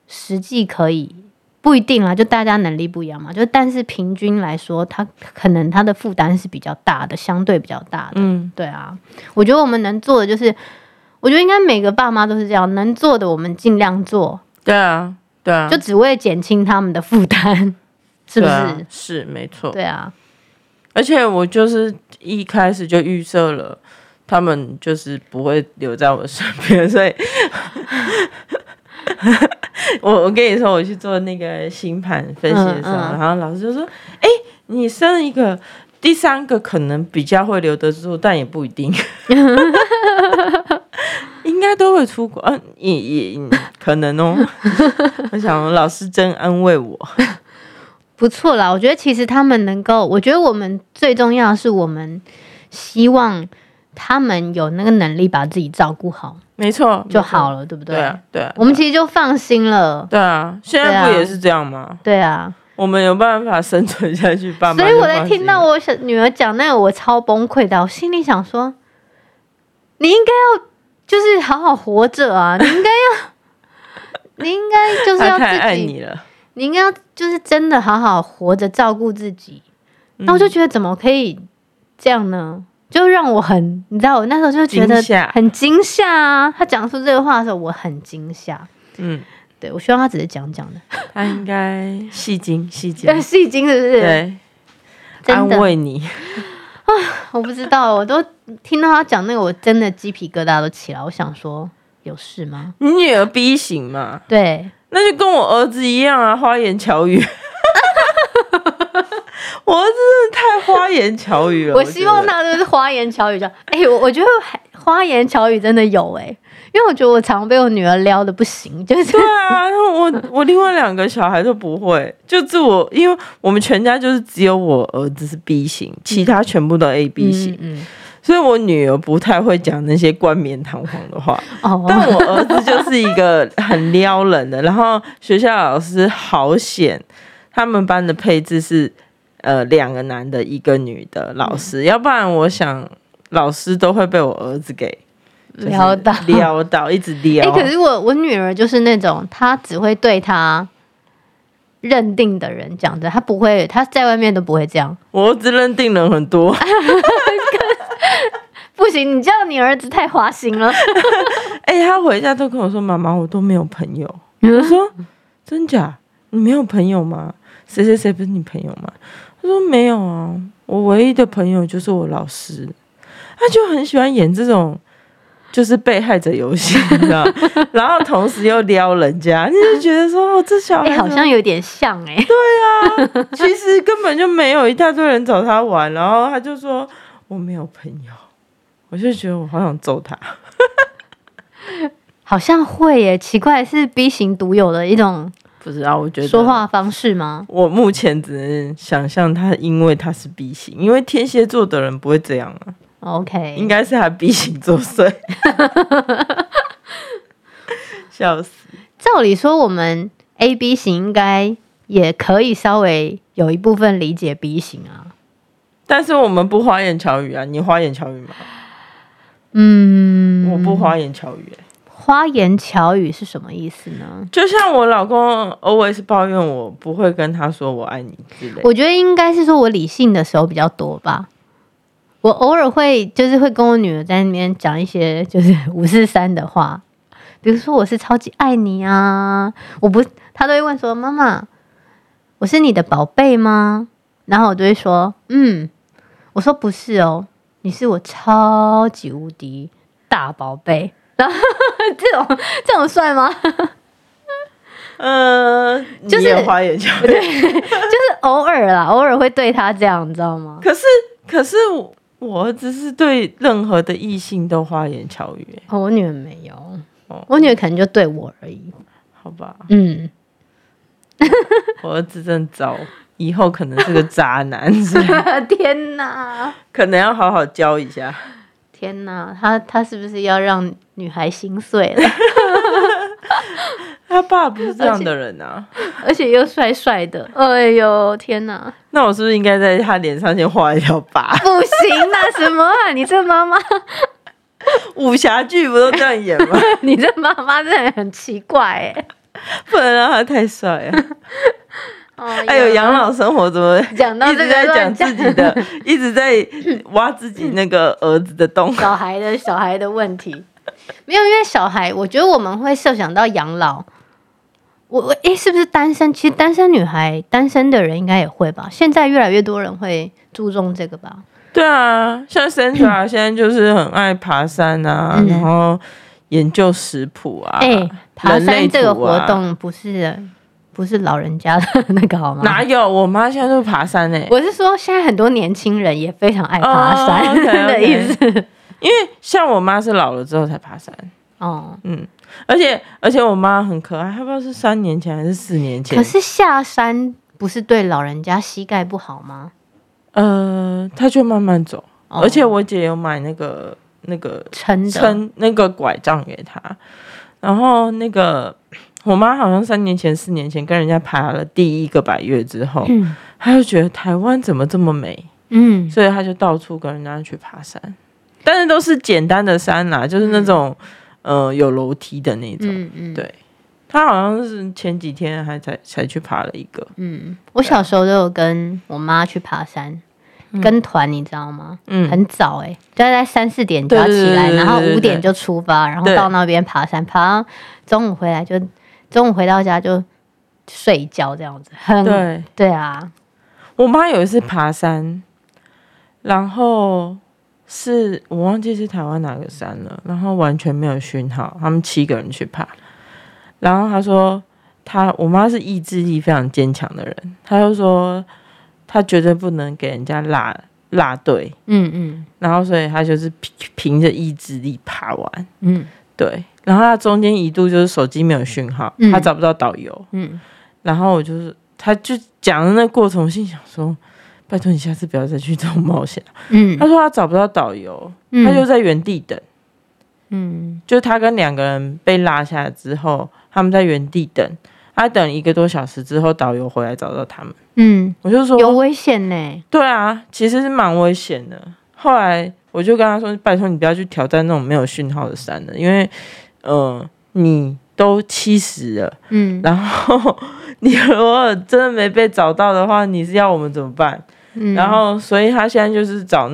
Speaker 1: 实际可以不一定啦，就大家能力不一样嘛，就但是平均来说，他可能他的负担是比较大的，相对比较大的。
Speaker 2: 嗯，
Speaker 1: 对啊，我觉得我们能做的就是，我觉得应该每个爸妈都是这样，能做的我们尽量做，
Speaker 2: 对啊，对啊，
Speaker 1: 就只为减轻他们的负担， 是不
Speaker 2: 对啊
Speaker 1: 是？
Speaker 2: 是没错。
Speaker 1: 对啊，
Speaker 2: 而且我就是一开始就预设了，他们就是不会留在我身边， 所以我我跟你说，我去做那个星盘分析的时候，
Speaker 1: 嗯嗯
Speaker 2: 然后老师就说：“哎、你生一个。”第三个可能比较会留得住，但也不一定， 应该都会出国，嗯、也也也可能哦。我想老师真安慰我，
Speaker 1: 不错啦。我觉得其实他们能够，我觉得我们最重要的是我们希望他们有那个能力把自己照顾好
Speaker 2: 没错
Speaker 1: 就
Speaker 2: 了。
Speaker 1: 好了，对不
Speaker 2: 对啊，对啊，
Speaker 1: 我们其实就放心了。
Speaker 2: 对啊，现
Speaker 1: 对
Speaker 2: 在
Speaker 1: 啊
Speaker 2: 不也是这样吗？
Speaker 1: 对啊，
Speaker 2: 我们有办法生存下去，爸妈
Speaker 1: 所
Speaker 2: 就
Speaker 1: 以我
Speaker 2: 放
Speaker 1: 在
Speaker 2: 心
Speaker 1: 听到我小女儿讲那个，我超崩溃的。我心里想说，你应该要就是好好活着啊，你应该要，你应该就是要
Speaker 2: 他太
Speaker 1: 自
Speaker 2: 爱
Speaker 1: 己，
Speaker 2: 你了，
Speaker 1: 你应该要就是真的好好活着，照顾自己。
Speaker 2: 嗯
Speaker 1: 那我就觉得怎么可以这样呢？就让我很，你知道，我那时候就觉得
Speaker 2: 惊吓
Speaker 1: 很惊吓啊。他讲出这个话的时候，我很惊吓。
Speaker 2: 嗯，
Speaker 1: 对我希望他只是讲讲的，
Speaker 2: 他应该戏精，戏精，
Speaker 1: 但是已经是不是？
Speaker 2: 对，安
Speaker 1: 真的
Speaker 2: 慰你，
Speaker 1: 我不知道，我都听到他讲那个，我真的鸡皮疙瘩都起来。我想说，有事吗？
Speaker 2: 你女儿 B 型嘛，
Speaker 1: 对，
Speaker 2: 那就跟我儿子一样啊，花言 巧语。我儿子真的太花言巧语了，
Speaker 1: 我
Speaker 2: 觉
Speaker 1: 希望
Speaker 2: 得
Speaker 1: 大家都是花言巧语讲。 哎、我我觉得还花言巧语真的有哎、因为我觉得我常被我女儿撩的不行，就是
Speaker 2: 对啊，然后我我另外两个小孩都不会，就是我，因为我们全家就是只有我儿子是 B 型，其他全部都 A B 型，
Speaker 1: 嗯
Speaker 2: 所以我女儿不太会讲那些冠冕堂皇的话，
Speaker 1: 嗯哦，
Speaker 2: 但我儿子就是一个很撩人的。然后学校老师好险，他们班的配置是呃两个男的，一个女的老
Speaker 1: 嗯
Speaker 2: 师，要不然我想老师都会被我儿子给就是
Speaker 1: 撩到
Speaker 2: 撩到，一直
Speaker 1: 哎、
Speaker 2: 撩。
Speaker 1: 可是我我女儿就是那种，她只会对她认定的人讲的，她不会，她在外面都不会这样。
Speaker 2: 我儿子认定人很多，
Speaker 1: 不行，你这样你儿子太花心了。
Speaker 2: 哎、他回家都跟我说：“妈妈，我都没有朋友。”我说：“真假？你没有朋友吗？谁谁谁不是你朋友吗？”他说：“没有啊，我唯一的朋友就是我老师。”他就很喜欢演这种就是被害者游戏，你知道？ 然后同时又撩人家，你就觉得说：“哦，这小
Speaker 1: 哎、
Speaker 2: 孩、啊
Speaker 1: 好像有点像哎、
Speaker 2: 其实根本就没有一大堆人找他玩。”然后他就说：“我没有朋友。”我就觉得我好想揍他。
Speaker 1: 好像会耶，奇怪是 B 型独有的一种
Speaker 2: 不知道，我觉得
Speaker 1: 说话方式吗？
Speaker 2: 我目前只能想象他，因为他是 B 型，因为天蝎座的人不会这样啊，应
Speaker 1: OK，
Speaker 2: 该是他 B 型作祟。笑死！
Speaker 1: 照理说我们 A B 型应该也可以稍微有一部分理解 B 型啊。
Speaker 2: 但是我们不花言巧语啊，你花言巧语吗？
Speaker 1: 嗯，
Speaker 2: 我不花言巧语欸、
Speaker 1: 花言巧语是什么意思呢？
Speaker 2: 就像我老公 always 抱怨我不会跟他说我爱你之类的。
Speaker 1: 我觉得应该是说我理性的时候比较多吧。我偶尔会就是会跟我女儿在那边讲一些就是五四三的话，比如说我是超级爱你啊，我不，她都会问说妈妈，我是你的宝贝吗？然后我就会说嗯，我说不是哦，你是我超级无敌大宝贝。 然后这种这种算吗？
Speaker 2: 嗯、你
Speaker 1: 就是
Speaker 2: 也花言巧语。
Speaker 1: 就是偶尔啦，偶尔会对她这样，你知道吗？
Speaker 2: 可是，可是我我儿子是对任何的异性都花言巧语欸、
Speaker 1: 哦，我女儿没有，
Speaker 2: 哦
Speaker 1: 我女儿可能就对我而已。
Speaker 2: 好吧？
Speaker 1: 嗯，
Speaker 2: 我儿子真的糟，以后可能是个渣男， 所以
Speaker 1: 天哪，
Speaker 2: 可能要好好教一下。
Speaker 1: 天哪，她她是不是要让女孩心碎了？
Speaker 2: 他爸不是这样的人啊，
Speaker 1: 而且又帅帅的，哎呦，天哪，
Speaker 2: 那我是不是应该在他脸上先画一条疤？
Speaker 1: 不行啦，什么啊？你这妈妈，
Speaker 2: 武侠剧不都这样演吗？
Speaker 1: 你这妈妈真的很奇怪哎、
Speaker 2: 不能让他太帅啊！
Speaker 1: 哦，
Speaker 2: 哎呦，养老生活怎么
Speaker 1: 讲到
Speaker 2: 一
Speaker 1: 这
Speaker 2: 直
Speaker 1: 个
Speaker 2: 在
Speaker 1: 乱
Speaker 2: 讲自己的，一直在挖自己那个儿子的洞？
Speaker 1: 小孩的小孩的问题，没有，因为小孩，我觉得我们会设想到养老。我我诶，是不是单身？其实单身女孩、单身的人应该也会吧。现在越来越多人会注重这个吧。
Speaker 2: 对啊，像 Sandra 现在就是很爱爬山啊，
Speaker 1: 嗯
Speaker 2: 然后研究食谱啊。
Speaker 1: 诶，爬
Speaker 2: 人类
Speaker 1: 山这个
Speaker 2: 图啊
Speaker 1: 活动不是不是老人家的那个好吗？
Speaker 2: 哪有？我妈现在都爬山呢、欸
Speaker 1: 我是说，现在很多年轻人也非常爱爬
Speaker 2: 哦
Speaker 1: 山
Speaker 2: ，OK，OK
Speaker 1: 的意思。
Speaker 2: 因为像我妈是老了之后才爬山，
Speaker 1: 哦，
Speaker 2: 嗯，而且而且我妈很可爱，她不知道是三年前还是四年前
Speaker 1: 可，是下山不是对老人家膝盖不好吗？
Speaker 2: 呃，她就慢慢走，
Speaker 1: 哦
Speaker 2: 而且我姐有买那个那个
Speaker 1: 撑的，
Speaker 2: 撑那个拐杖给她，然后那个我妈好像三年前四年前跟人家爬了第一个百月之后，
Speaker 1: 嗯
Speaker 2: 她就觉得台湾怎么这么美，
Speaker 1: 嗯，
Speaker 2: 所以他就到处跟人家去爬山，但是都是简单的山啦，就是那种、呃有楼梯的那种。
Speaker 1: 嗯嗯，
Speaker 2: 对他好像是前几天还才才去爬了一个，
Speaker 1: 嗯，我小时候都有跟我妈去爬山，跟团，你知道吗？
Speaker 2: 嗯，
Speaker 1: 很早哎、就大概三四点就要
Speaker 2: 对对
Speaker 1: 起来，
Speaker 2: 对对
Speaker 1: 然后
Speaker 2: 对对
Speaker 1: 五点
Speaker 2: 对
Speaker 1: 就出发，然后
Speaker 2: 对
Speaker 1: 到那边爬山，爬到中午回来就中午回到家就睡觉这样子，很
Speaker 2: 对
Speaker 1: 对啊，
Speaker 2: 我妈有一次爬山，然后是我忘记是台湾哪个山了，然后完全没有讯号，他们七个人去爬，然后她说她我妈是意志力非常坚强的人，她就说她绝对不能给人家落落队。
Speaker 1: 嗯嗯
Speaker 2: 然后所以他就是 凭凭着意志力爬完，
Speaker 1: 嗯
Speaker 2: 对。然后他中间一度就是手机没有讯号，
Speaker 1: 嗯
Speaker 2: 他找不到导游，
Speaker 1: 嗯，
Speaker 2: 然后我就是他就讲的那过程，我心想说。拜托你下次不要再去这种冒险了。
Speaker 1: 嗯，
Speaker 2: 他说他找不到导游，
Speaker 1: 嗯
Speaker 2: 他就在原地等。
Speaker 1: 嗯
Speaker 2: 就他跟两个人被拉下来之后，他们在原地等。他等一个多小时之后，导游回来找到他们。
Speaker 1: 嗯，
Speaker 2: 我就说
Speaker 1: 有危险呢、
Speaker 2: 对啊，其实是蛮危险的。后来我就跟他说：“拜托你不要去挑战那种没有讯号的山了，因为，呃，你都七十了，
Speaker 1: 嗯
Speaker 2: 然后你如果真的没被找到的话，你是要我们怎么办？
Speaker 1: 嗯，
Speaker 2: 然后，所以他现在就是找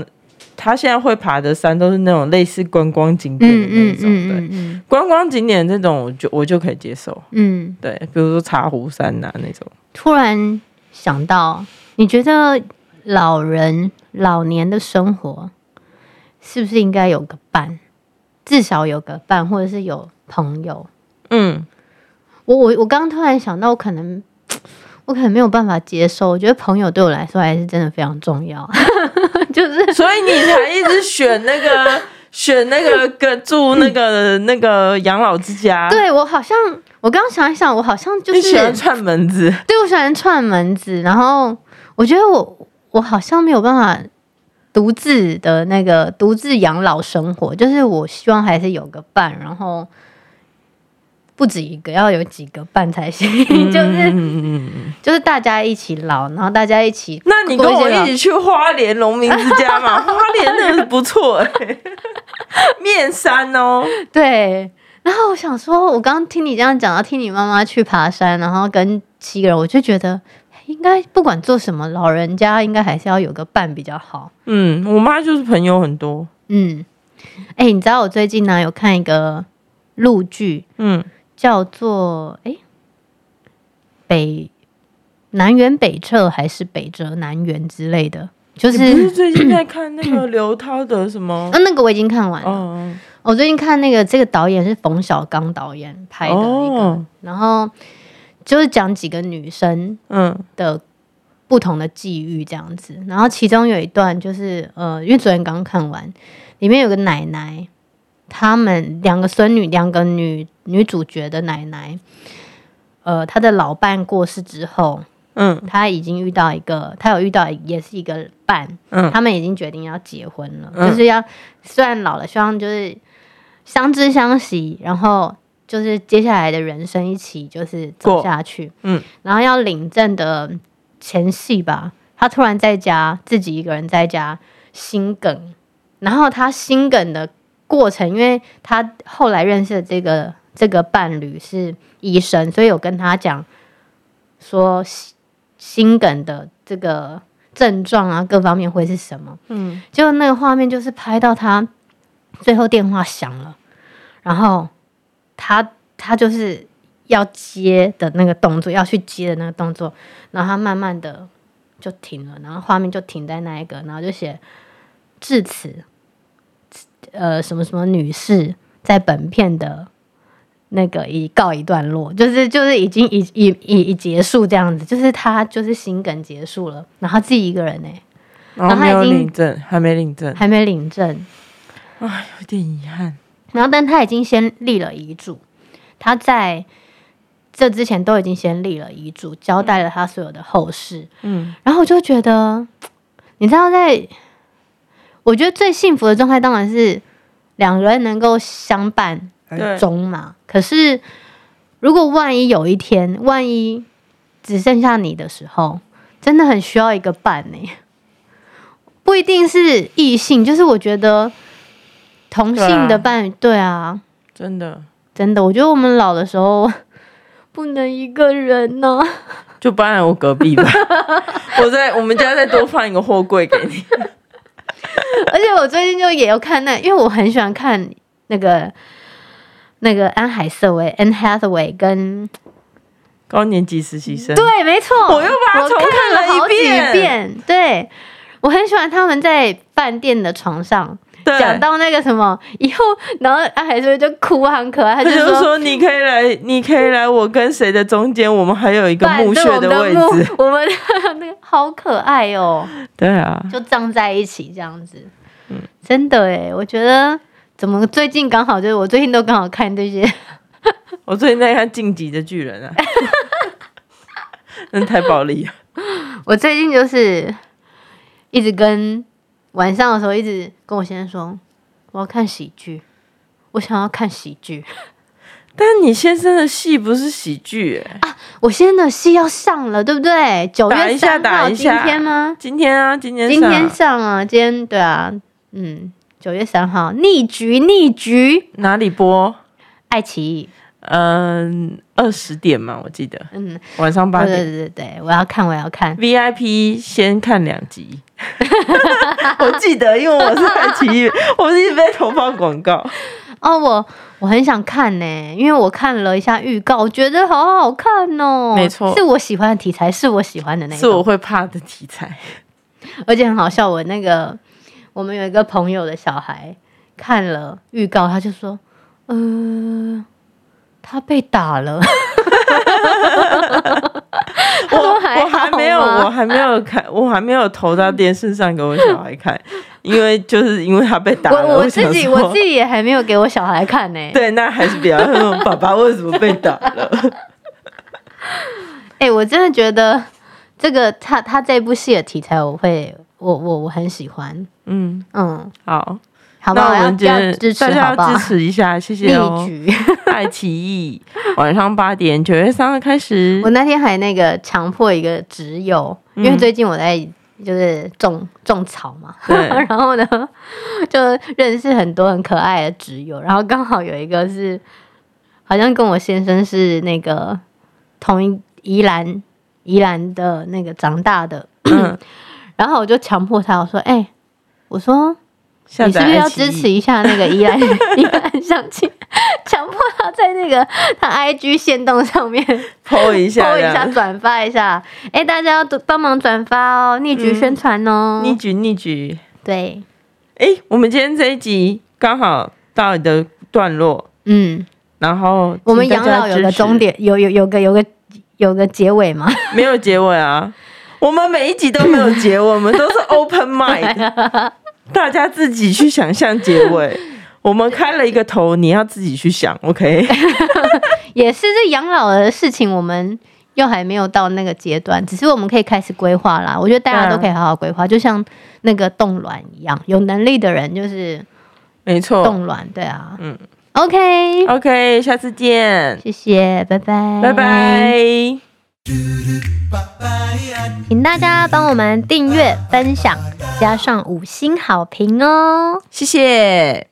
Speaker 2: 他现在会爬的山都是那种类似观光景点的
Speaker 1: 嗯
Speaker 2: 那
Speaker 1: 嗯
Speaker 2: 种，
Speaker 1: 嗯
Speaker 2: 对，
Speaker 1: 嗯嗯
Speaker 2: 观光景点这种我就我就可以接受，
Speaker 1: 嗯。
Speaker 2: 对，比如说茶壶山呐、那种，
Speaker 1: 突然想到，你觉得老人老年的生活是不是应该有个伴？至少有个伴，或者是有朋友。
Speaker 2: 嗯，
Speaker 1: 我我我刚刚突然想到，我可能我可能没有办法接受，我觉得朋友对我来说还是真的非常重要， 就是
Speaker 2: 所以你才一直选那个选那个跟住那个那个养老之家，，
Speaker 1: 对我好像我刚刚想一想，我好像就
Speaker 2: 啊你喜欢
Speaker 1: 是
Speaker 2: 串门子，
Speaker 1: 对我喜欢串门子，然后我觉得我我好像没有办法独自的那个独自养老生活，就是我希望还是有个伴，然后不止一个，要有几个伴才行， 就是
Speaker 2: 嗯嗯嗯。
Speaker 1: 就是大家一起老，然后大家一起
Speaker 2: 那你跟我一起去花莲农民之家 嘛？花莲那个不错、欸，面山哦，
Speaker 1: 对。然后我想说，我刚听你这样讲，要听你妈妈去爬山，然后跟七个人，我就觉得应该不管做什么，老人家应该还是要有个伴比较好。
Speaker 2: 嗯，我妈就是朋友很多，
Speaker 1: 嗯，哎、你知道我最近呢、有看一个陆剧，
Speaker 2: 嗯，
Speaker 1: 叫做哎、诶北南辕北辙还是北辙南辕之类的，就
Speaker 2: 你
Speaker 1: 是
Speaker 2: 不是最近在看那个刘涛的什么
Speaker 1: 啊，？那个我已经看完了。
Speaker 2: 哦，
Speaker 1: 我最近看那个这个导演是冯小刚导演拍的一个，
Speaker 2: 哦
Speaker 1: 然后就是讲几个女生
Speaker 2: 嗯
Speaker 1: 的不同的际遇这样子。然后其中有一段就是呃，因为昨天刚看完，里面有个奶奶，他们两个孙女，两个女女主角的奶奶，呃，她的老伴过世之后，
Speaker 2: 嗯
Speaker 1: 她已经遇到一个，她有遇到也是一个伴，
Speaker 2: 嗯
Speaker 1: 他们已经决定要结婚了，
Speaker 2: 嗯
Speaker 1: 就是要虽然老了，希望就是相知相惜，然后就是接下来的人生一起就是走
Speaker 2: 过
Speaker 1: 下去。
Speaker 2: 嗯，
Speaker 1: 然后要领证的前戏吧，他突然在家自己一个人在家心梗，然后他心梗的过程，因为他后来认识的这个这个伴侣是医生，所以有跟他讲说心心梗的这个症状啊，各方面会是什么。
Speaker 2: 嗯，
Speaker 1: 结果那个画面就是拍到他最后电话响了，然后他他就是要接的那个动作，要去接的那个动作，然后他慢慢的就停了，然后画面就停在那一个，然后就写至此，呃，什么什么女士在本片的。那个已告一段落，就是就是已经已已已已结束这样子，就是他就是心梗结束了，然后自己一个人呢、
Speaker 2: 然
Speaker 1: 后
Speaker 2: 后没有
Speaker 1: 他已经
Speaker 2: 领证，还没领证，
Speaker 1: 还没领证，
Speaker 2: 有点遗憾。
Speaker 1: 然后，但他已经先立了遗嘱，他在这之前都已经先立了遗嘱，交代了他所有的后事。
Speaker 2: 嗯，
Speaker 1: 然后我就觉得，你知道在，我觉得最幸福的状态当然是两个人能够相伴
Speaker 2: 对，
Speaker 1: 终嘛。可是，如果万一有一天，万一只剩下你的时候，真的很需要一个伴呢、不一定是异性，就是我觉得同性
Speaker 2: 对
Speaker 1: 的
Speaker 2: 啊
Speaker 1: 伴侣，对啊，
Speaker 2: 真的
Speaker 1: 真的，我觉得我们老的时候不能一个人呢、
Speaker 2: 就搬来我隔壁吧。我在我们家再多放一个货柜给你。
Speaker 1: 而且我最近就也有看那，因为我很喜欢看那个那个安海瑟薇 （Anne Hathaway） 跟
Speaker 2: 高年级实习生，
Speaker 1: 对，没错，
Speaker 2: 我又把它
Speaker 1: 我
Speaker 2: 重看
Speaker 1: 看
Speaker 2: 了一
Speaker 1: 好几
Speaker 2: 遍
Speaker 1: 遍。对，我很喜欢他们在饭店的床上
Speaker 2: 对，
Speaker 1: 讲到那个什么以后，然后安海瑟薇就哭，很可爱，
Speaker 2: 他
Speaker 1: 她
Speaker 2: 就
Speaker 1: 说。
Speaker 2: 说你可以来，你可以来，我跟谁的中间，我们还有一个
Speaker 1: 伴
Speaker 2: 墓
Speaker 1: 对
Speaker 2: 穴
Speaker 1: 我们
Speaker 2: 位
Speaker 1: 墓
Speaker 2: 置。，
Speaker 1: 我们的那个好可爱哦、
Speaker 2: 对啊，
Speaker 1: 就葬在一起这样子。
Speaker 2: 嗯
Speaker 1: 真的哎，我觉得怎么最近刚好就是我最近都刚好看这些，
Speaker 2: 我最近在看《晋级的巨人》啊， 那太暴力了。
Speaker 1: 我最近就是一直跟晚上的时候一直跟我先生说，我要看喜剧，我想要看喜剧。
Speaker 2: 但你先生的戏不是喜剧、欸，
Speaker 1: 我先生的戏要上了，对不对？九
Speaker 2: 打
Speaker 1: 月
Speaker 2: 一下
Speaker 1: 三
Speaker 2: 打
Speaker 1: 号，
Speaker 2: 一
Speaker 1: 今
Speaker 2: 下
Speaker 1: 天吗？
Speaker 2: 今天啊，今天
Speaker 1: 今
Speaker 2: 上
Speaker 1: 天上啊，今天对啊，嗯，九月三号，逆局逆局，
Speaker 2: 哪里播？
Speaker 1: 爱奇艺，
Speaker 2: 嗯，二十点嘛，我记得
Speaker 1: 嗯，
Speaker 2: 晚上八
Speaker 1: 对对
Speaker 2: 点。
Speaker 1: 对对对，我要看，我要看。
Speaker 2: VIP 先看两集， 我记得，因为我是爱奇艺， 我是一直被投放广告。
Speaker 1: 哦，我我很想看呢、因为我看了一下预告，我觉得好好看哦、
Speaker 2: 没错
Speaker 1: 是我喜欢的题材，是我喜欢的那一
Speaker 2: 是我
Speaker 1: 种，
Speaker 2: 会怕的题材。
Speaker 1: 而且很好笑。我那个我们有一个朋友的小孩看了预告，他就说：“呃，他被打了。 他
Speaker 2: 我
Speaker 1: 说还
Speaker 2: 我还没有，
Speaker 1: 好吗
Speaker 2: 我还没有看，我还没有投到电视上给我小 孩看，因为就是因为他被”打
Speaker 1: 我
Speaker 2: 了，
Speaker 1: 我
Speaker 2: 想
Speaker 1: 自己
Speaker 2: 说
Speaker 1: 我自己也还没有给我小孩看呢、
Speaker 2: 对，那还是比较爸爸为什么被打了？
Speaker 1: 哎、我真的觉得这个他他这部戏的题材我，会我我我很喜欢，
Speaker 2: 嗯，
Speaker 1: 嗯。
Speaker 2: 好，
Speaker 1: 好吧，
Speaker 2: 那我
Speaker 1: 要
Speaker 2: 们今
Speaker 1: 要
Speaker 2: 天
Speaker 1: 支持
Speaker 2: 大
Speaker 1: 好
Speaker 2: 家
Speaker 1: 不好
Speaker 2: 要支？持一下，谢谢
Speaker 1: 例
Speaker 2: 哦。
Speaker 1: 举，
Speaker 2: 爱奇艺晚上八点，九月三号开始
Speaker 1: 我。那天还那个强迫一个挚友，
Speaker 2: 嗯
Speaker 1: 因为最近我在就是种种草嘛，
Speaker 2: 对
Speaker 1: 然后呢就认识很多很可爱的挚友，然后刚好有一个是好像跟我先生是那个同一宜兰宜兰的那个长大的，
Speaker 2: 嗯，
Speaker 1: 然后我就强迫他，我说：“哎、我说
Speaker 2: 下
Speaker 1: 你是
Speaker 2: 载
Speaker 1: 不是
Speaker 2: 爱
Speaker 1: 要
Speaker 2: 奇
Speaker 1: 支持
Speaker 2: 艺。
Speaker 1: 一下那个依兰 依兰相亲，强迫他在那个他 IG 线动上面
Speaker 2: PO 一下
Speaker 1: po
Speaker 2: 这
Speaker 1: 一下、
Speaker 2: 样，
Speaker 1: 转发一下？哎、大家要多帮忙转发哦，逆局宣传哦。
Speaker 2: 逆局逆局。
Speaker 1: 对，
Speaker 2: 哎，我们今天这一集刚好到你的段落，
Speaker 1: 嗯，
Speaker 2: 然后
Speaker 1: 我们
Speaker 2: 请大
Speaker 1: 养
Speaker 2: 家
Speaker 1: 老有
Speaker 2: 支
Speaker 1: 个
Speaker 2: 持
Speaker 1: 终点，有有有个有个有个结尾嘛？
Speaker 2: 没有结尾啊，我们每一集都没有结尾，我们都是 open mind，大 家自己去想象结尾。我们开了一个头，你要自己去想，OK？
Speaker 1: 也是这养老的事情，我们又还没有到那个阶段，只是我们可以开始规划啦。我觉得大家
Speaker 2: 对啊
Speaker 1: 都可以好好规划，就像那个冻卵一样，有能力的人就是。
Speaker 2: 没错
Speaker 1: 冻卵，对啊，
Speaker 2: 嗯
Speaker 1: 嗯，OK，
Speaker 2: ，OK，下次见，
Speaker 1: 谢谢，拜拜，
Speaker 2: 拜，拜。
Speaker 1: 请大家帮我们订阅、分享，加上五星好评哦。
Speaker 2: 谢谢。